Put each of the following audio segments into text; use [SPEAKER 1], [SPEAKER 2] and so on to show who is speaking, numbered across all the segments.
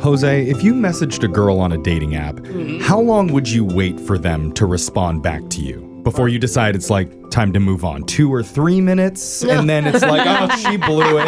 [SPEAKER 1] Jose, if you messaged a girl on a dating app,
[SPEAKER 2] Mm-hmm.
[SPEAKER 1] how long would you wait for them to respond back to you before you decide it's like time to move on? Two or three minutes? And then it's like, oh, she blew it.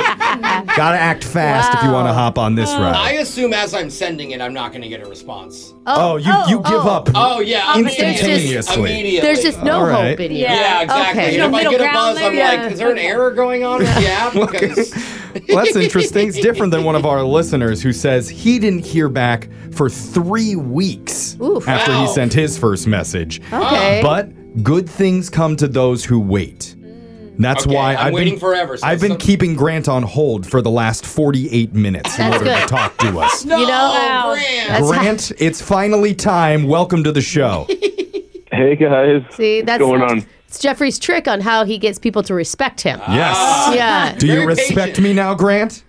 [SPEAKER 1] Gotta act fast if you want to hop on
[SPEAKER 2] Oh.
[SPEAKER 1] this
[SPEAKER 3] I
[SPEAKER 1] ride.
[SPEAKER 3] assume as I'm sending it, I'm not going to get a response.
[SPEAKER 1] Oh, you, you give
[SPEAKER 2] oh.
[SPEAKER 1] up.
[SPEAKER 3] Oh yeah,
[SPEAKER 2] but there's just-
[SPEAKER 3] instantaneously. Immediately.
[SPEAKER 2] There's just no
[SPEAKER 1] All right.
[SPEAKER 2] hope in you.
[SPEAKER 3] Yeah, exactly.
[SPEAKER 2] Okay.
[SPEAKER 3] You know, if I
[SPEAKER 4] Middle
[SPEAKER 3] get a
[SPEAKER 4] ground
[SPEAKER 3] buzz, I'm
[SPEAKER 4] there?
[SPEAKER 3] like, is there an error going on? Yeah, because
[SPEAKER 1] Well, that's interesting. It's different than one of our listeners who says he didn't hear back for three weeks
[SPEAKER 2] Oof.
[SPEAKER 1] after he
[SPEAKER 3] Wow.
[SPEAKER 1] sent his first message.
[SPEAKER 2] Okay.
[SPEAKER 1] But good things come to those who wait.
[SPEAKER 2] Mm.
[SPEAKER 1] That's
[SPEAKER 3] Okay,
[SPEAKER 1] why
[SPEAKER 3] I'm
[SPEAKER 1] have
[SPEAKER 3] waiting
[SPEAKER 1] been,
[SPEAKER 3] forever, so
[SPEAKER 1] I've been
[SPEAKER 3] some-
[SPEAKER 1] keeping Grant on hold for the last 48 minutes in
[SPEAKER 2] That's
[SPEAKER 1] order to
[SPEAKER 2] good.
[SPEAKER 1] talk to us.
[SPEAKER 3] no,
[SPEAKER 2] You know-
[SPEAKER 3] Oh,
[SPEAKER 2] uh,
[SPEAKER 4] Wow.
[SPEAKER 3] Grant.
[SPEAKER 2] That's-
[SPEAKER 1] Grant, it's finally time. Welcome to the show.
[SPEAKER 5] Hey guys,
[SPEAKER 2] See,
[SPEAKER 5] what's
[SPEAKER 2] that's
[SPEAKER 5] going on?
[SPEAKER 2] It's Jeffrey's trick on how he gets people to respect him.
[SPEAKER 3] Ah.
[SPEAKER 1] Yes.
[SPEAKER 2] yeah.
[SPEAKER 1] Do you
[SPEAKER 3] Very patient.
[SPEAKER 1] respect me now, Grant?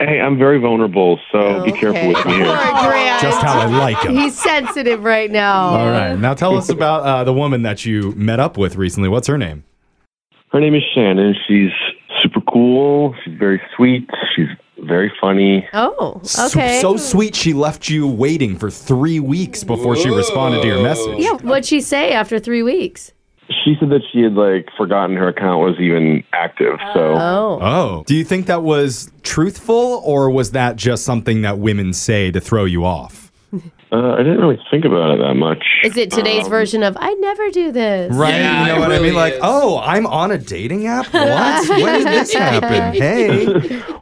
[SPEAKER 5] Hey, I'm very vulnerable, so be careful with
[SPEAKER 2] Poor
[SPEAKER 5] me here.
[SPEAKER 2] Grant.
[SPEAKER 1] Just how I like him.
[SPEAKER 2] He's sensitive right now.
[SPEAKER 1] All right. Now tell us about uh, the woman that you met up with recently. What's her name?
[SPEAKER 5] Her name is Shannon. She's super cool. She's very sweet. She's very funny.
[SPEAKER 2] Oh,
[SPEAKER 1] So-
[SPEAKER 2] okay.
[SPEAKER 1] So, sweet, she left you waiting for three weeks before she responded to your message.
[SPEAKER 2] yeah, what'd she say after three weeks?
[SPEAKER 5] She said that she had like forgotten her account was even active. So
[SPEAKER 2] Oh.
[SPEAKER 1] Oh. Do you think that was truthful or was that just something that women say to throw you off?
[SPEAKER 5] uh, I didn't really think about it that much.
[SPEAKER 2] Oh. Is it today's
[SPEAKER 3] um,
[SPEAKER 2] version of I never do this?
[SPEAKER 3] Yeah,
[SPEAKER 1] you know
[SPEAKER 3] it
[SPEAKER 1] what I mean?
[SPEAKER 3] really
[SPEAKER 1] Like,
[SPEAKER 3] is.
[SPEAKER 1] oh, I'm on a dating app? What? when did this happen? Hey.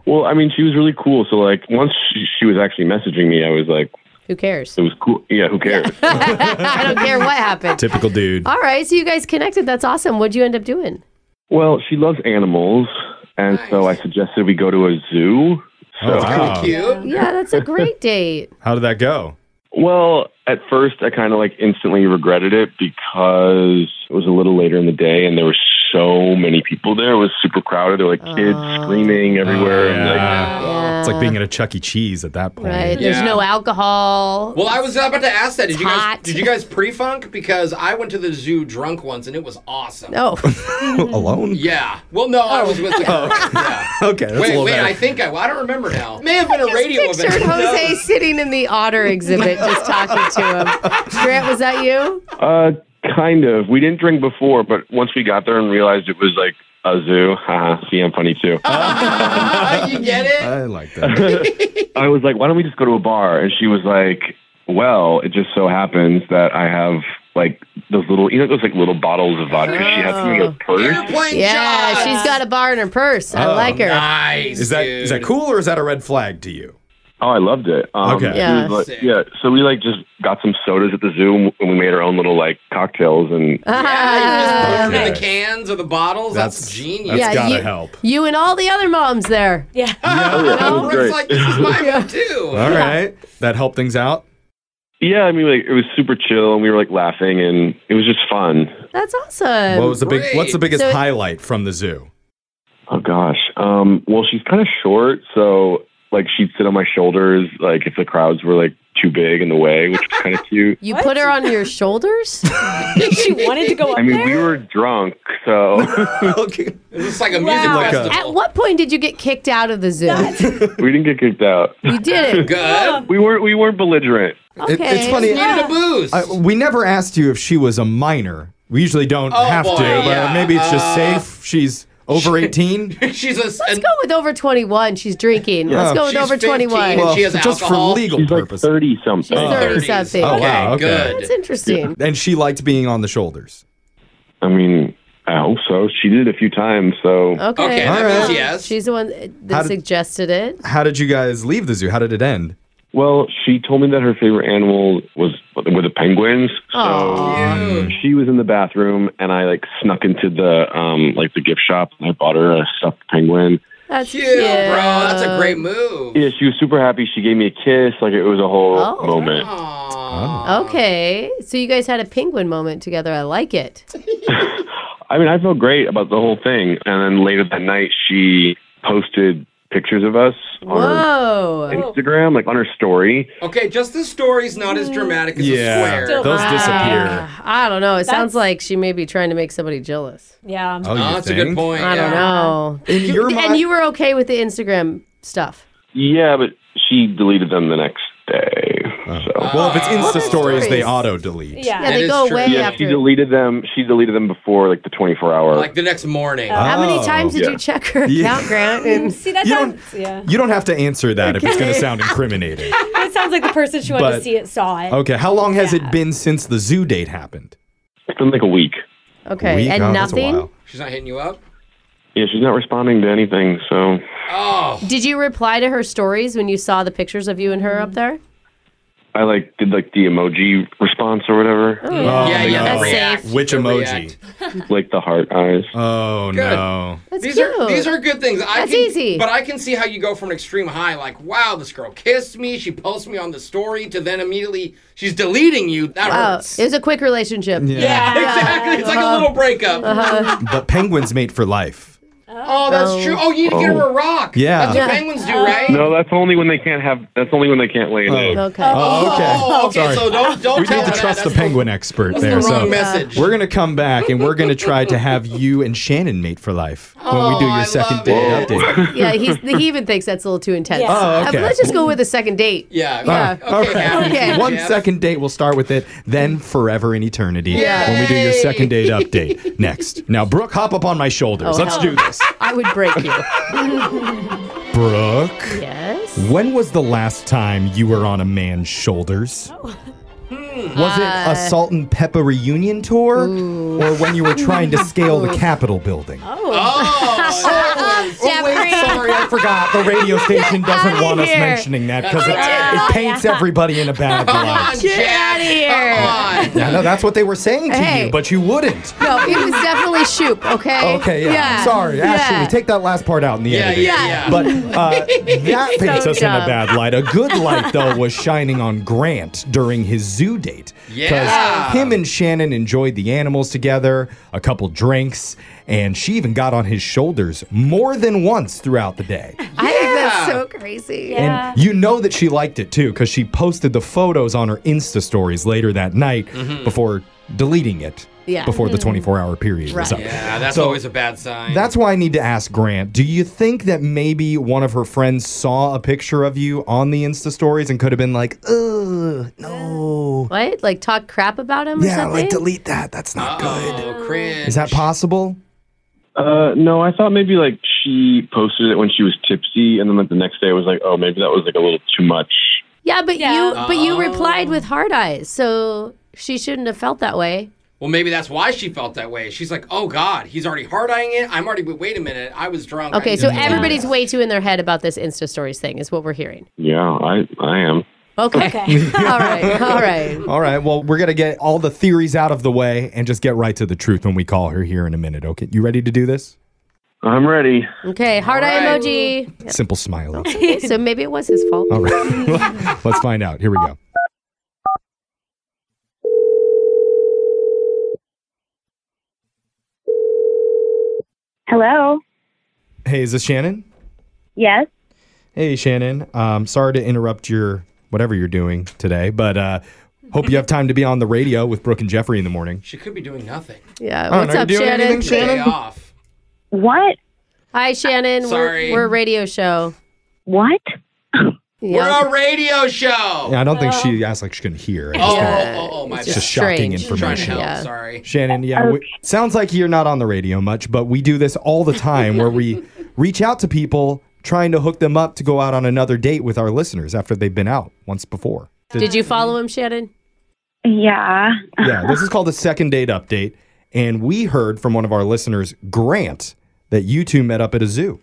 [SPEAKER 5] Well, I mean, she was really cool. So like, once she, she was actually messaging me, I was like,
[SPEAKER 2] Who cares?
[SPEAKER 5] it was cool. Yeah, who cares?
[SPEAKER 2] I don't care what happened.
[SPEAKER 1] Typical dude.
[SPEAKER 2] All right, so you guys connected. That's awesome. What'd you end up doing?
[SPEAKER 5] well, she loves animals, and so I suggested we go to a zoo.
[SPEAKER 1] Oh, wow.
[SPEAKER 3] Cute.
[SPEAKER 2] Yeah, that's a great date.
[SPEAKER 1] How did that go?
[SPEAKER 5] Well, at first, I kind of like instantly regretted it because it was a little later in the day and there were so many people there. It was super crowded. There were like kids screaming everywhere. and, like,
[SPEAKER 2] Yeah.
[SPEAKER 1] It's like being at a Chuck E. Cheese at that point.
[SPEAKER 2] Right. There's
[SPEAKER 3] Yeah.
[SPEAKER 2] no alcohol.
[SPEAKER 3] Well, I was about to ask that. Did you guys
[SPEAKER 2] hot.
[SPEAKER 3] did you guys pre-funk? Because I went to the zoo drunk once and it was awesome.
[SPEAKER 2] oh,
[SPEAKER 1] Alone?
[SPEAKER 3] Yeah. Well, no, I was with the girl. Yeah.
[SPEAKER 1] Okay. That's a
[SPEAKER 3] Wait,
[SPEAKER 1] little
[SPEAKER 3] wait.
[SPEAKER 1] better.
[SPEAKER 3] I think I. Well, I don't remember now. May have been a radio
[SPEAKER 2] pictured
[SPEAKER 3] event.
[SPEAKER 2] Jose sitting in the otter exhibit just talking to him. Grant, was that you?
[SPEAKER 5] uh, kind of. We didn't drink before, but once we got there and realized it was like a zoo, haha, see, I'm funny too.
[SPEAKER 3] Ah, you get it?
[SPEAKER 1] I like that.
[SPEAKER 5] I was like, why don't we just go to a bar? And she was like, well, it just so happens that I have like those little, you know, those like little bottles of vodka she has in her purse.
[SPEAKER 3] Airplane
[SPEAKER 2] Yeah,
[SPEAKER 3] shots.
[SPEAKER 2] she's got a bar in her purse. I
[SPEAKER 1] Oh,
[SPEAKER 2] like her.
[SPEAKER 3] Nice.
[SPEAKER 1] Is that
[SPEAKER 3] dude.
[SPEAKER 1] is that cool or is that a red flag to you?
[SPEAKER 5] Oh, I loved it. Um,
[SPEAKER 1] Okay.
[SPEAKER 5] it
[SPEAKER 2] Yeah.
[SPEAKER 5] was
[SPEAKER 3] Sick.
[SPEAKER 5] like- yeah. So we like just got some sodas at the zoo and we made our own little like cocktails and
[SPEAKER 3] Yeah, you just pour 'em in the
[SPEAKER 1] Okay.
[SPEAKER 3] cans or the bottles. That's,
[SPEAKER 1] That's-
[SPEAKER 3] genius.
[SPEAKER 1] that's
[SPEAKER 2] yeah,
[SPEAKER 1] gotta
[SPEAKER 2] you,
[SPEAKER 1] help.
[SPEAKER 2] You and all the other moms there.
[SPEAKER 4] Yeah.
[SPEAKER 5] Oh, yeah, that was
[SPEAKER 3] Brooke's
[SPEAKER 5] great.
[SPEAKER 3] like, this is my move too.
[SPEAKER 1] All right. That helped things out?
[SPEAKER 5] yeah, I mean like it was super chill and we were like laughing and it was just fun.
[SPEAKER 2] That's awesome.
[SPEAKER 3] Um,
[SPEAKER 1] What was the big?
[SPEAKER 3] Great.
[SPEAKER 1] What's the biggest
[SPEAKER 2] So-
[SPEAKER 1] highlight from the zoo?
[SPEAKER 5] Oh gosh. Um well she's kind of short, so like she'd sit on my shoulders like if the crowds were like too big in the way, which was kind of cute.
[SPEAKER 2] you put her on your shoulders?
[SPEAKER 4] she wanted to go up
[SPEAKER 5] I mean,
[SPEAKER 4] there.
[SPEAKER 5] we were drunk, so
[SPEAKER 1] okay.
[SPEAKER 3] It's like a music
[SPEAKER 4] Wow.
[SPEAKER 1] Like a-
[SPEAKER 2] At
[SPEAKER 3] festival.
[SPEAKER 2] what point did you get kicked out of the zoo?
[SPEAKER 5] we didn't get kicked out.
[SPEAKER 2] you did it.
[SPEAKER 3] Good.
[SPEAKER 5] We weren't we weren't belligerent.
[SPEAKER 2] Okay.
[SPEAKER 1] it's funny.
[SPEAKER 3] You needed a boost.
[SPEAKER 1] I- we never asked you if she was a minor. We usually don't
[SPEAKER 3] Oh,
[SPEAKER 1] have
[SPEAKER 3] boy,
[SPEAKER 1] to, but
[SPEAKER 3] yeah.
[SPEAKER 1] maybe it's just
[SPEAKER 3] Uh,
[SPEAKER 1] safe. She's over eighteen.
[SPEAKER 3] she's a.
[SPEAKER 2] Let's go with over 21. She's drinking. Let's go with
[SPEAKER 3] She's
[SPEAKER 2] over 21.
[SPEAKER 3] 15.
[SPEAKER 1] Well,
[SPEAKER 3] she has
[SPEAKER 1] just
[SPEAKER 3] alcohol?
[SPEAKER 1] for legal
[SPEAKER 5] She's like
[SPEAKER 1] purposes.
[SPEAKER 5] 30 something.
[SPEAKER 2] She's 30 something.
[SPEAKER 3] Okay,
[SPEAKER 1] Oh, wow, okay.
[SPEAKER 2] That's
[SPEAKER 3] good.
[SPEAKER 2] interesting.
[SPEAKER 1] and she liked being on the shoulders.
[SPEAKER 5] I mean, I hope so. She did it a few times, so
[SPEAKER 2] Okay.
[SPEAKER 3] Okay,
[SPEAKER 1] All
[SPEAKER 3] that
[SPEAKER 1] right.
[SPEAKER 3] means yes.
[SPEAKER 2] She's the one
[SPEAKER 1] How
[SPEAKER 2] that
[SPEAKER 1] did-
[SPEAKER 2] suggested it.
[SPEAKER 1] How did you guys leave the zoo? How did it end?
[SPEAKER 5] well, she told me that her favorite animal was were the penguins. So
[SPEAKER 1] Um,
[SPEAKER 2] Aw.
[SPEAKER 5] she was in the bathroom, and I like snuck into the um like the gift shop, and I bought her a stuffed penguin.
[SPEAKER 2] That's
[SPEAKER 3] Cute,
[SPEAKER 2] cute,
[SPEAKER 3] bro. That's a great move.
[SPEAKER 5] Yeah, she was super happy. She gave me a kiss. Like it was a whole
[SPEAKER 2] Oh.
[SPEAKER 5] moment.
[SPEAKER 3] Aw.
[SPEAKER 2] Okay, so you guys had a penguin moment together. I like it.
[SPEAKER 5] I mean, I felt great about the whole thing. And then later that night, she posted pictures of us on her
[SPEAKER 2] Whoa.
[SPEAKER 5] Instagram, like on her story.
[SPEAKER 3] Okay, just the story's not as dramatic as a square.
[SPEAKER 4] Still-
[SPEAKER 1] those
[SPEAKER 4] Ah.
[SPEAKER 1] disappear.
[SPEAKER 2] Ah, I don't know. It sounds
[SPEAKER 4] That's-
[SPEAKER 2] like she may be trying to make somebody jealous.
[SPEAKER 4] yeah.
[SPEAKER 1] Oh,
[SPEAKER 3] Oh,
[SPEAKER 1] you
[SPEAKER 3] that's a
[SPEAKER 1] think?
[SPEAKER 3] good point.
[SPEAKER 2] I don't
[SPEAKER 3] yeah.
[SPEAKER 2] know.
[SPEAKER 1] In your
[SPEAKER 2] and
[SPEAKER 1] mind,
[SPEAKER 2] you were okay with the Instagram stuff.
[SPEAKER 5] Yeah, but she deleted them the next day. So.
[SPEAKER 1] Well, if it's Insta
[SPEAKER 2] Other
[SPEAKER 1] stories, they
[SPEAKER 2] stories.
[SPEAKER 1] auto delete.
[SPEAKER 2] Yeah,
[SPEAKER 4] Yeah.
[SPEAKER 3] That
[SPEAKER 2] they
[SPEAKER 3] is
[SPEAKER 2] go
[SPEAKER 3] true.
[SPEAKER 2] away
[SPEAKER 5] yeah, she
[SPEAKER 2] after. Oh
[SPEAKER 5] deleted them. She deleted them before like the 24 hour.
[SPEAKER 3] Like the next morning.
[SPEAKER 2] How many
[SPEAKER 1] Oh.
[SPEAKER 2] times did
[SPEAKER 5] Yeah.
[SPEAKER 2] you check her
[SPEAKER 1] Yeah.
[SPEAKER 2] account, Grant? And
[SPEAKER 4] See, that
[SPEAKER 1] You
[SPEAKER 4] sounds, yeah.
[SPEAKER 1] You don't have to answer that if it's going to sound incriminating.
[SPEAKER 4] That sounds like the person she wanted
[SPEAKER 1] But- Oh,
[SPEAKER 4] to see it saw it.
[SPEAKER 1] Okay, how long has it been since the zoo date happened?
[SPEAKER 5] it's been like a week.
[SPEAKER 2] okay,
[SPEAKER 1] Week?
[SPEAKER 2] and
[SPEAKER 1] Oh, that's a
[SPEAKER 2] nothing.
[SPEAKER 1] while.
[SPEAKER 3] She's not hitting you up?
[SPEAKER 5] Yeah, she's not responding to anything. So
[SPEAKER 3] Oh.
[SPEAKER 2] Did you reply to her stories when you saw the pictures of you and her up there?
[SPEAKER 5] I like did like the emoji response or whatever,
[SPEAKER 1] Oh,
[SPEAKER 3] yeah, yeah.
[SPEAKER 1] no.
[SPEAKER 2] That's
[SPEAKER 3] react.
[SPEAKER 2] safe.
[SPEAKER 1] Which
[SPEAKER 3] The
[SPEAKER 1] emoji?
[SPEAKER 3] react.
[SPEAKER 5] like the heart eyes.
[SPEAKER 1] Oh no.
[SPEAKER 2] That's
[SPEAKER 3] These
[SPEAKER 2] cute.
[SPEAKER 3] are these are good things. I
[SPEAKER 2] That's
[SPEAKER 3] can,
[SPEAKER 2] easy.
[SPEAKER 3] But I can see how you go from an extreme high, like, wow, this girl kissed me, she posts me on the story, to then immediately she's deleting you. That
[SPEAKER 2] Oh,
[SPEAKER 3] hurts.
[SPEAKER 2] it was a quick relationship.
[SPEAKER 4] Yeah.
[SPEAKER 3] exactly. It's like a
[SPEAKER 2] Uh-huh.
[SPEAKER 3] little breakup.
[SPEAKER 1] But penguins mate for life.
[SPEAKER 3] Oh, that's true. Oh, you need to get her a rock.
[SPEAKER 1] Yeah.
[SPEAKER 3] That's what
[SPEAKER 1] Yeah.
[SPEAKER 3] penguins do, right?
[SPEAKER 5] No, that's only when they can't have. That's only when they can't lay an egg.
[SPEAKER 2] Okay.
[SPEAKER 1] Oh, okay.
[SPEAKER 3] Oh, okay.
[SPEAKER 1] Sorry.
[SPEAKER 3] So don't don't
[SPEAKER 1] we
[SPEAKER 3] tell
[SPEAKER 1] need to
[SPEAKER 3] her
[SPEAKER 1] trust
[SPEAKER 3] that.
[SPEAKER 1] the penguin expert
[SPEAKER 3] That's
[SPEAKER 1] there.
[SPEAKER 3] the wrong
[SPEAKER 1] So
[SPEAKER 3] message.
[SPEAKER 1] we're gonna come back and we're gonna try to have you and Shannon mate for life when we do
[SPEAKER 3] Oh,
[SPEAKER 1] your
[SPEAKER 3] I
[SPEAKER 1] second
[SPEAKER 3] love
[SPEAKER 1] date
[SPEAKER 3] it.
[SPEAKER 1] update.
[SPEAKER 2] yeah, he's, he even thinks that's a little too intense.
[SPEAKER 4] Yeah. Oh,
[SPEAKER 2] Uh,
[SPEAKER 1] okay.
[SPEAKER 2] let's just go with a second date.
[SPEAKER 3] yeah.
[SPEAKER 1] Uh,
[SPEAKER 3] Okay. Happy.
[SPEAKER 2] Okay.
[SPEAKER 1] One
[SPEAKER 3] Jeff.
[SPEAKER 1] second date, we'll start with it, then forever and eternity when we do your
[SPEAKER 3] Yay.
[SPEAKER 1] second date update next. Now, Brooke, hop up on my shoulders.
[SPEAKER 2] Oh,
[SPEAKER 1] Let's
[SPEAKER 2] hell.
[SPEAKER 1] do this.
[SPEAKER 2] I would break you.
[SPEAKER 1] Brooke,
[SPEAKER 2] yes.
[SPEAKER 1] when was the last time you were on a man's shoulders? Hmm. Was it a salt and pepper reunion tour? Or when you were trying to scale the Capitol building?
[SPEAKER 3] Oh.
[SPEAKER 1] Oh, wait, sorry, I forgot. The radio station doesn't
[SPEAKER 2] outta
[SPEAKER 1] want us
[SPEAKER 2] here.
[SPEAKER 1] mentioning that because it,
[SPEAKER 3] did
[SPEAKER 1] it paints everybody in a bad
[SPEAKER 3] Come on,
[SPEAKER 1] light.
[SPEAKER 3] Jack.
[SPEAKER 2] outta here.
[SPEAKER 3] Come on.
[SPEAKER 1] Yeah, no, that's what they were saying to
[SPEAKER 2] Hey.
[SPEAKER 1] you, but you wouldn't.
[SPEAKER 2] No, it was definitely Shoop, okay?
[SPEAKER 1] Okay, yeah. Sorry, Ashley, take that last part out in the
[SPEAKER 3] Yeah,
[SPEAKER 1] editing.
[SPEAKER 3] yeah, yeah.
[SPEAKER 1] But uh, that paints us in a
[SPEAKER 2] dumb.
[SPEAKER 1] bad light. A good light, though, was shining on Grant during his zoo date.
[SPEAKER 3] Yeah.
[SPEAKER 1] him and Shannon enjoyed the animals together, a couple drinks, and she even got on his shoulders more than once throughout the day.
[SPEAKER 2] I think that's so crazy.
[SPEAKER 1] And you know that she liked it too because she posted the photos on her Insta stories later that night before deleting it
[SPEAKER 2] Yeah. Mm-hmm.
[SPEAKER 1] before the 24 hour period was
[SPEAKER 2] Right.
[SPEAKER 1] up.
[SPEAKER 3] Yeah, that's
[SPEAKER 1] So-
[SPEAKER 3] always a bad sign.
[SPEAKER 1] That's why I need to ask Grant do you think that maybe one of her friends saw a picture of you on the Insta stories and could have been like, ugh, no?
[SPEAKER 2] What? Like talk crap about him or
[SPEAKER 1] Yeah,
[SPEAKER 2] something?
[SPEAKER 1] like delete that. That's not good.
[SPEAKER 3] Oh, cringe.
[SPEAKER 1] Is that possible?
[SPEAKER 5] Uh, no, I thought maybe like she posted it when she was tipsy, and then like the next day I was like, oh, maybe that was like a little too much.
[SPEAKER 2] yeah, Oh. but
[SPEAKER 4] Yeah.
[SPEAKER 2] you but you replied with hard eyes, so she shouldn't have felt that way.
[SPEAKER 3] Well, maybe that's why she felt that way. She's like, oh God, he's already hard eyeing it. I'm already, but wait a minute, I was drunk. I
[SPEAKER 2] Okay,
[SPEAKER 3] need
[SPEAKER 2] so
[SPEAKER 3] to-
[SPEAKER 2] everybody's way too in their head about this Insta stories thing is what we're hearing.
[SPEAKER 5] Yeah, I I am.
[SPEAKER 2] Okay.
[SPEAKER 4] Okay.
[SPEAKER 2] all right. All right.
[SPEAKER 1] All right. Well, we're going to get all the theories out of the way and just get right to the truth when we call her here in a minute. Okay. You ready to do this?
[SPEAKER 5] I'm ready.
[SPEAKER 2] Okay, heart
[SPEAKER 3] All
[SPEAKER 2] eye
[SPEAKER 3] right.
[SPEAKER 2] emoji.
[SPEAKER 1] Simple smiley.
[SPEAKER 2] Okay, so maybe it was his fault.
[SPEAKER 1] All right. Let's find out. Here we go.
[SPEAKER 6] Hello.
[SPEAKER 1] Hey, is this Shannon?
[SPEAKER 6] Yes.
[SPEAKER 1] Hey, Shannon. Um, sorry to interrupt your whatever you're doing today, but uh, hope you have time to be on the radio with Brooke and Jeffrey in the morning.
[SPEAKER 3] She could be doing nothing.
[SPEAKER 2] Yeah.
[SPEAKER 1] Oh,
[SPEAKER 2] What's
[SPEAKER 1] are you
[SPEAKER 2] up,
[SPEAKER 1] doing
[SPEAKER 2] Shannon?
[SPEAKER 1] anything,
[SPEAKER 3] Day
[SPEAKER 1] Shannon?
[SPEAKER 3] off.
[SPEAKER 6] What?
[SPEAKER 2] Hi, Shannon.
[SPEAKER 3] Sorry.
[SPEAKER 2] We're, we're a radio show.
[SPEAKER 6] What?
[SPEAKER 2] Yeah.
[SPEAKER 3] We're a radio show.
[SPEAKER 1] Yeah, I don't think she asked like she couldn't hear. I
[SPEAKER 3] Oh,
[SPEAKER 1] just kinda-
[SPEAKER 3] oh, oh, oh, my
[SPEAKER 2] It's
[SPEAKER 1] It's
[SPEAKER 3] bad.
[SPEAKER 1] just shocking
[SPEAKER 2] Strange.
[SPEAKER 3] Trying to
[SPEAKER 1] information.
[SPEAKER 3] help.
[SPEAKER 2] Yeah.
[SPEAKER 3] Sorry.
[SPEAKER 1] Shannon, yeah, we, sounds like you're not on the radio much, but we do this all the time where we reach out to people trying to hook them up to go out on another date with our listeners after they've been out once before.
[SPEAKER 2] Did you follow him, Shannon?
[SPEAKER 6] Yeah.
[SPEAKER 1] yeah, this is called a second date update. And we heard from one of our listeners, Grant, that you two met up at a zoo.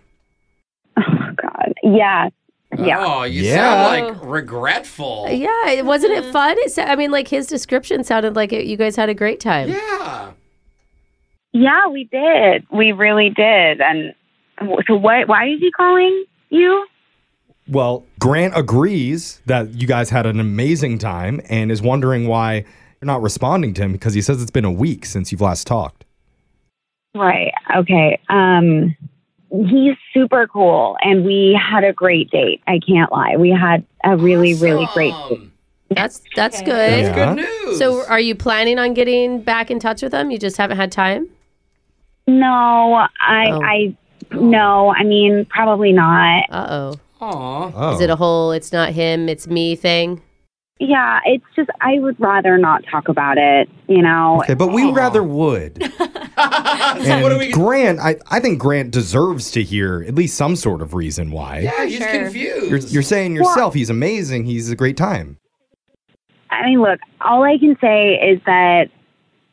[SPEAKER 6] Oh God. Yeah. Yeah.
[SPEAKER 3] Oh, you
[SPEAKER 1] Yeah.
[SPEAKER 3] sound like regretful. Yeah.
[SPEAKER 2] Yeah. it- Wasn't it fun? It, sa- I mean, like his description sounded like it, you guys had a great time.
[SPEAKER 6] Yeah, we did. We really did. And so what why is he calling you?
[SPEAKER 1] Well, Grant agrees that you guys had an amazing time and is wondering why you're not responding to him because he says it's been a week since you've last talked.
[SPEAKER 6] Right. Okay. Um he's super cool and we had a great date. I can't lie. We had a really, really great date.
[SPEAKER 3] Awesome.
[SPEAKER 2] That's that's
[SPEAKER 4] Okay.
[SPEAKER 2] good.
[SPEAKER 1] Yeah.
[SPEAKER 3] Good news.
[SPEAKER 2] So, are you planning on getting back in touch with him? You just haven't had time.
[SPEAKER 6] No, I
[SPEAKER 2] Oh.
[SPEAKER 6] Oh. I no, I mean probably not.
[SPEAKER 2] Uh oh.
[SPEAKER 3] Aw.
[SPEAKER 1] Oh.
[SPEAKER 2] Is it a whole it's not him, it's me thing?
[SPEAKER 6] Yeah, it's just I would rather not talk about it, you know.
[SPEAKER 1] Okay, but we
[SPEAKER 2] Oh.
[SPEAKER 1] rather would.
[SPEAKER 3] so
[SPEAKER 1] and
[SPEAKER 3] what do we?
[SPEAKER 1] Grant, I, I think Grant deserves to hear at least some sort of reason why.
[SPEAKER 3] Yeah, he's
[SPEAKER 4] Sure.
[SPEAKER 3] confused.
[SPEAKER 1] You're, you're saying yourself, he's amazing. He's a great time.
[SPEAKER 6] I mean, look, all I can say is that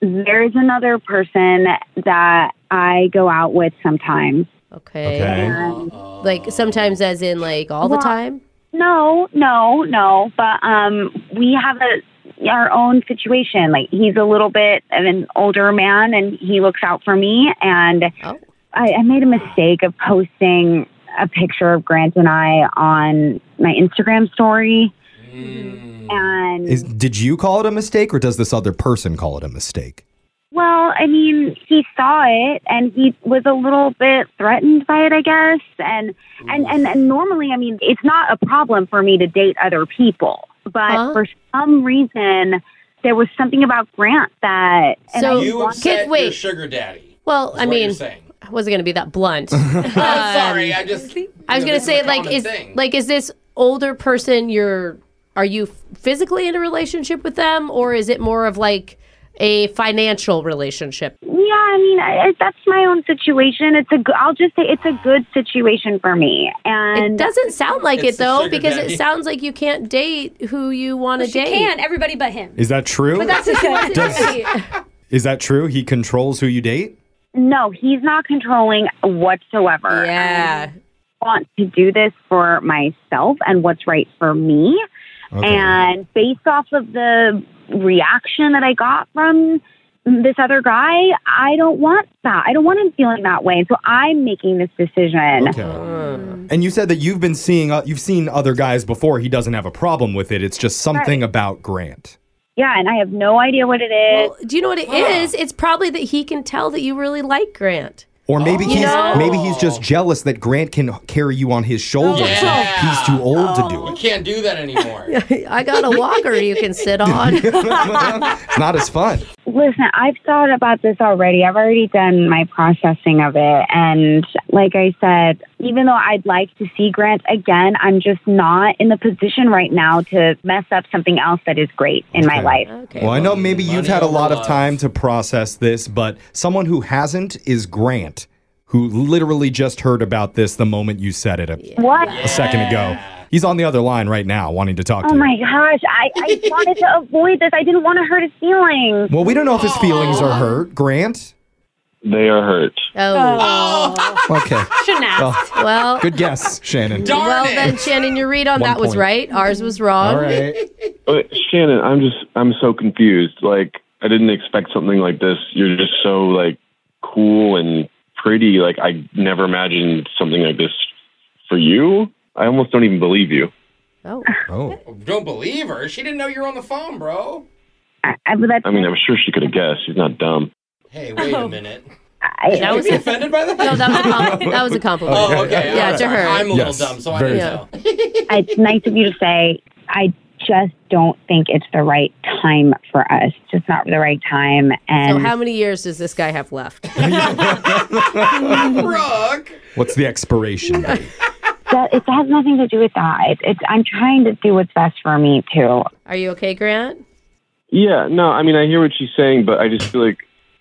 [SPEAKER 6] there's another person that I go out with sometimes.
[SPEAKER 2] Okay.
[SPEAKER 1] Okay.
[SPEAKER 6] And
[SPEAKER 2] Like sometimes as in like all the
[SPEAKER 6] Well-
[SPEAKER 2] time?
[SPEAKER 6] no, no, no, but um we have a our own situation. Like he's a little bit of an older man and he looks out for me and
[SPEAKER 2] Oh.
[SPEAKER 6] I, I made a mistake of posting a picture of Grant and I on my Instagram story
[SPEAKER 3] Mm.
[SPEAKER 6] and
[SPEAKER 1] Is, did you call it a mistake or does this other person call it a mistake?
[SPEAKER 6] Well, I mean, he saw it and he was a little bit threatened by it, I guess. And and, and and normally, I mean, it's not a problem for me to date other people, but
[SPEAKER 2] Huh?
[SPEAKER 6] for some reason, there was something about Grant that and
[SPEAKER 2] So-
[SPEAKER 6] I
[SPEAKER 3] You
[SPEAKER 6] want-
[SPEAKER 3] upset
[SPEAKER 2] Kid, wait.
[SPEAKER 3] your sugar daddy.
[SPEAKER 2] Well,
[SPEAKER 3] is
[SPEAKER 2] I
[SPEAKER 3] what
[SPEAKER 2] mean
[SPEAKER 3] you're saying.
[SPEAKER 2] I wasn't gonna be that blunt.
[SPEAKER 3] I'm sorry. I just.
[SPEAKER 2] I was gonna say, like, is like, is this older person your? Are you physically in a relationship with them, or is it more of like a financial relationship?
[SPEAKER 6] yeah, I mean, I, I- that's my own situation. It's a go- I'll just say it's a good situation for me,
[SPEAKER 2] It
[SPEAKER 6] and
[SPEAKER 2] doesn't sound like
[SPEAKER 3] It's
[SPEAKER 2] it
[SPEAKER 3] the
[SPEAKER 2] though,
[SPEAKER 3] sugar
[SPEAKER 2] because
[SPEAKER 3] daddy.
[SPEAKER 2] it sounds like you can't date who you want to
[SPEAKER 4] She
[SPEAKER 2] date.
[SPEAKER 4] can, everybody but him.
[SPEAKER 1] Is that true?
[SPEAKER 4] that's okay.
[SPEAKER 1] Is that true? He controls who you date?
[SPEAKER 6] no, he's not controlling whatsoever.
[SPEAKER 2] yeah.
[SPEAKER 6] want to do this for myself and what's right for me.
[SPEAKER 1] Okay.
[SPEAKER 6] And based off of the reaction that I got from this other guy, I don't want that. I don't want him feeling that way. So I'm making this decision.
[SPEAKER 3] Uh.
[SPEAKER 1] Okay. And you said that you've been seeing uh, you've seen other guys before. He doesn't have a problem with it. It's just something about Grant.
[SPEAKER 6] Yeah, and I have no idea what it is.
[SPEAKER 2] Well, do you know what it is? It's probably that he can tell that you really like Grant.
[SPEAKER 1] Or maybe
[SPEAKER 3] Oh,
[SPEAKER 1] he's
[SPEAKER 2] know?
[SPEAKER 1] maybe he's just jealous that Grant can carry you on his shoulders.
[SPEAKER 3] Oh, Yeah.
[SPEAKER 1] He's too old to do
[SPEAKER 3] We
[SPEAKER 1] it.
[SPEAKER 3] can't do that anymore.
[SPEAKER 2] I got a walker you can sit on.
[SPEAKER 1] It's not as fun.
[SPEAKER 6] Listen, I've thought about this already. I've already done my processing of it. And like I said, even though I'd like to see Grant again, I'm just not in the position right now to mess up something else that is great in my
[SPEAKER 1] Okay.
[SPEAKER 6] life.
[SPEAKER 2] Okay.
[SPEAKER 1] Well, I know maybe
[SPEAKER 3] Money
[SPEAKER 1] you've had a
[SPEAKER 3] over
[SPEAKER 1] lot of
[SPEAKER 3] love.
[SPEAKER 1] time to process this, but someone who hasn't is Grant, who literally just heard about this the moment you said it a,
[SPEAKER 6] What?
[SPEAKER 1] a second ago. He's on the other line right now wanting to talk
[SPEAKER 6] Oh
[SPEAKER 1] to you.
[SPEAKER 6] my gosh, I, I wanted to avoid this. I didn't want to hurt his feelings.
[SPEAKER 1] Well, we don't know if his feelings are hurt, Grant.
[SPEAKER 5] They are hurt.
[SPEAKER 2] Oh.
[SPEAKER 1] Okay.
[SPEAKER 4] Shouldn't ask.
[SPEAKER 1] Well,
[SPEAKER 2] Well,
[SPEAKER 1] good guess, Shannon.
[SPEAKER 3] Darn
[SPEAKER 2] well
[SPEAKER 3] it.
[SPEAKER 2] then, Shannon, your read on
[SPEAKER 1] One
[SPEAKER 2] that was
[SPEAKER 1] point.
[SPEAKER 2] right. Ours was wrong.
[SPEAKER 1] All right.
[SPEAKER 5] But Shannon, I'm just I'm so confused. Like I didn't expect something like this. You're just so like cool and pretty. Like I never imagined something like this for you. I almost don't even believe you.
[SPEAKER 2] Oh.
[SPEAKER 1] Oh.
[SPEAKER 3] Don't believe her. She didn't know you were on the phone, bro.
[SPEAKER 6] I, I, but that's,
[SPEAKER 5] I mean, I'm sure she could have guessed. She's not dumb.
[SPEAKER 3] Hey, wait a minute.
[SPEAKER 2] Oh.
[SPEAKER 6] I,
[SPEAKER 2] That
[SPEAKER 3] Are
[SPEAKER 2] was
[SPEAKER 3] you offended by that?
[SPEAKER 2] No, that was a compliment. That was a compliment.
[SPEAKER 3] Oh, okay.
[SPEAKER 2] Yeah,
[SPEAKER 3] all right.
[SPEAKER 2] to her.
[SPEAKER 3] I'm a
[SPEAKER 1] Yes,
[SPEAKER 3] little dumb, so I
[SPEAKER 1] very
[SPEAKER 3] don't
[SPEAKER 2] dumb.
[SPEAKER 3] know.
[SPEAKER 6] I, it's nice of you to say. I just don't think it's the right time for us. It's just not the right time.
[SPEAKER 2] So
[SPEAKER 1] Um,
[SPEAKER 6] And
[SPEAKER 2] how many years does this guy have left?
[SPEAKER 3] Brooke.
[SPEAKER 1] What's the expiration date?
[SPEAKER 6] that, it has nothing to do with that. It, it's I'm trying to do what's best for me, too.
[SPEAKER 2] Are you okay, Grant?
[SPEAKER 5] Yeah, no. I mean, I hear what she's saying, but I just feel like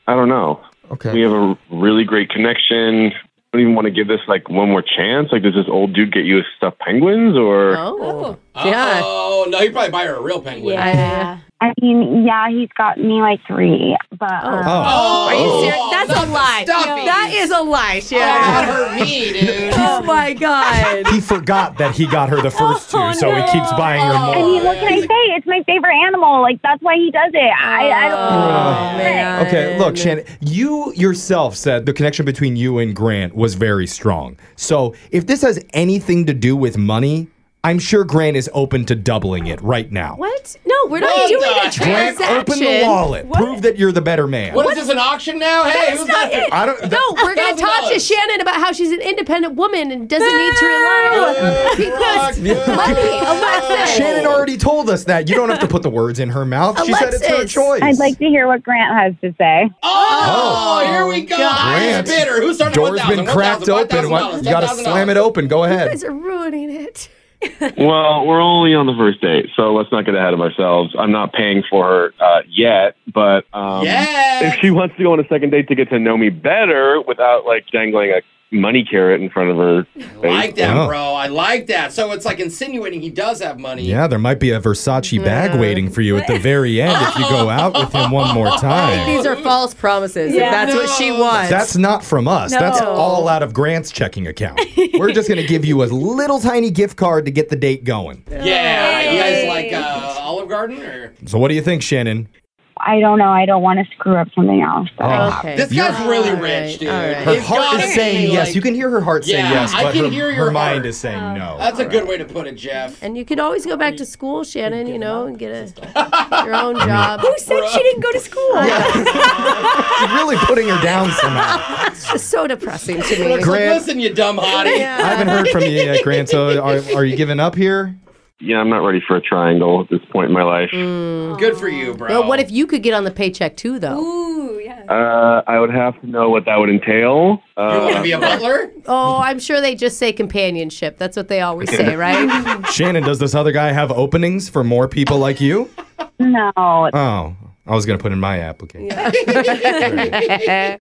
[SPEAKER 5] I don't know. We
[SPEAKER 1] Okay.
[SPEAKER 5] have a really great connection. I don't even want to give this like one more chance. Like, does this old dude get you stuffed penguins or?
[SPEAKER 2] Oh.
[SPEAKER 3] Yeah.
[SPEAKER 2] Yeah.
[SPEAKER 3] Oh no, you probably buy her a real penguin.
[SPEAKER 4] Yeah.
[SPEAKER 6] I mean, yeah, he's gotten me like three, but um,
[SPEAKER 1] Oh.
[SPEAKER 2] Are you serious? That's a lie.
[SPEAKER 3] stuffy.
[SPEAKER 2] That is a lie,
[SPEAKER 3] Oh, that hurt
[SPEAKER 2] Sharon.
[SPEAKER 3] me, dude.
[SPEAKER 2] Oh my god.
[SPEAKER 1] He forgot that he got her the first
[SPEAKER 4] Oh,
[SPEAKER 1] two, so he keeps buying her
[SPEAKER 6] I
[SPEAKER 1] more.
[SPEAKER 6] mean, what
[SPEAKER 3] Oh.
[SPEAKER 6] can I say? It's my favorite animal. Like that's why he does it. I, I don't.
[SPEAKER 2] Oh, man.
[SPEAKER 1] Okay, look, Shannon, you yourself said the connection between you and Grant was very strong. So if this has anything to do with money, I'm sure Grant is open to doubling it right now.
[SPEAKER 2] What? No, we're not
[SPEAKER 3] What
[SPEAKER 2] doing
[SPEAKER 3] the
[SPEAKER 2] a
[SPEAKER 1] Grant,
[SPEAKER 2] transaction.
[SPEAKER 1] open the wallet. Prove that you're the better man.
[SPEAKER 3] what is this an auction now? Hey,
[SPEAKER 2] That's
[SPEAKER 3] who's got
[SPEAKER 2] not it.
[SPEAKER 3] this?
[SPEAKER 1] I don't-
[SPEAKER 2] no, we're going to talk to
[SPEAKER 3] $1,000.
[SPEAKER 2] Shannon about how she's an independent woman and doesn't need to rely on because uh, Alexis.
[SPEAKER 1] Shannon already told us that. You don't have to put the words in her mouth. She said it's her
[SPEAKER 2] Alexis.
[SPEAKER 1] choice.
[SPEAKER 6] I'd like to hear what Grant has to say.
[SPEAKER 3] Oh, here we go. Highest
[SPEAKER 1] Grant.
[SPEAKER 3] bidder. Who's starting
[SPEAKER 1] Door's
[SPEAKER 3] at
[SPEAKER 1] been
[SPEAKER 3] 1000
[SPEAKER 1] cracked open. What- You gotta slam it open. Go
[SPEAKER 2] You
[SPEAKER 1] ahead.
[SPEAKER 2] guys are ruining it.
[SPEAKER 5] Well, we're only on the first date, so let's not get ahead of ourselves. I'm not paying for her uh, yet, but um,
[SPEAKER 3] Yeah.
[SPEAKER 5] if she wants to go on a second date to get to know me better without like dangling a money carrot in front of her, face,
[SPEAKER 3] I like that,
[SPEAKER 1] Wow.
[SPEAKER 3] bro. I like that. So it's like insinuating he does have money.
[SPEAKER 1] Yeah, there might be a Versace bag waiting for you at the very end if you go out with him one more time.
[SPEAKER 7] These are false promises.
[SPEAKER 4] Yeah.
[SPEAKER 7] If that's what she
[SPEAKER 3] No.
[SPEAKER 7] wants.
[SPEAKER 1] That's not from us. That's
[SPEAKER 4] No.
[SPEAKER 1] all out of Grant's checking account. We're just going to give you a little tiny gift card to get the date going.
[SPEAKER 3] Yeah. You guys
[SPEAKER 4] Hey.
[SPEAKER 3] like uh, Olive Garden or?
[SPEAKER 1] So, what do you think, Shannon?
[SPEAKER 6] I don't know. I don't want to screw up something else. So.
[SPEAKER 2] Oh.
[SPEAKER 7] okay.
[SPEAKER 3] This guy's
[SPEAKER 1] You're-
[SPEAKER 3] really
[SPEAKER 7] All
[SPEAKER 3] rich,
[SPEAKER 7] right,
[SPEAKER 3] dude.
[SPEAKER 7] all right.
[SPEAKER 1] Her
[SPEAKER 3] He's
[SPEAKER 1] heart
[SPEAKER 3] gotta
[SPEAKER 1] is
[SPEAKER 3] be,
[SPEAKER 1] saying yes.
[SPEAKER 3] like-
[SPEAKER 1] You can hear her heart saying
[SPEAKER 3] Yeah,
[SPEAKER 1] yes,
[SPEAKER 3] I
[SPEAKER 1] but
[SPEAKER 3] can
[SPEAKER 1] her,
[SPEAKER 3] hear
[SPEAKER 1] her
[SPEAKER 3] your
[SPEAKER 1] mind
[SPEAKER 3] heart. Uh,
[SPEAKER 1] is saying no.
[SPEAKER 3] That's a good way to put it, Jeff.
[SPEAKER 2] And you can always go back to school, Shannon, you know, and get a, your own job.
[SPEAKER 4] Who said she didn't go to school?
[SPEAKER 1] You're really putting her down somehow.
[SPEAKER 2] It's just so depressing to
[SPEAKER 3] Brooke's
[SPEAKER 2] me.
[SPEAKER 3] like,
[SPEAKER 1] Grant-
[SPEAKER 3] Listen, you dumb hottie.
[SPEAKER 1] I haven't heard from you yet, Grant. So, are, are you giving up here?
[SPEAKER 5] yeah, I'm not ready for a triangle at this point in my life.
[SPEAKER 3] Mm. Good for you, bro.
[SPEAKER 7] But what if you could get on the paycheck too, though?
[SPEAKER 4] Ooh, yeah.
[SPEAKER 5] Uh, I would have to know what that would entail.
[SPEAKER 3] you want to
[SPEAKER 5] Uh,
[SPEAKER 3] be a butler?
[SPEAKER 7] Oh, I'm sure they just say companionship. That's what they always say, right?
[SPEAKER 1] Shannon, does this other guy have openings for more people like you?
[SPEAKER 6] No,
[SPEAKER 1] Oh, I was gonna put in my application. Great.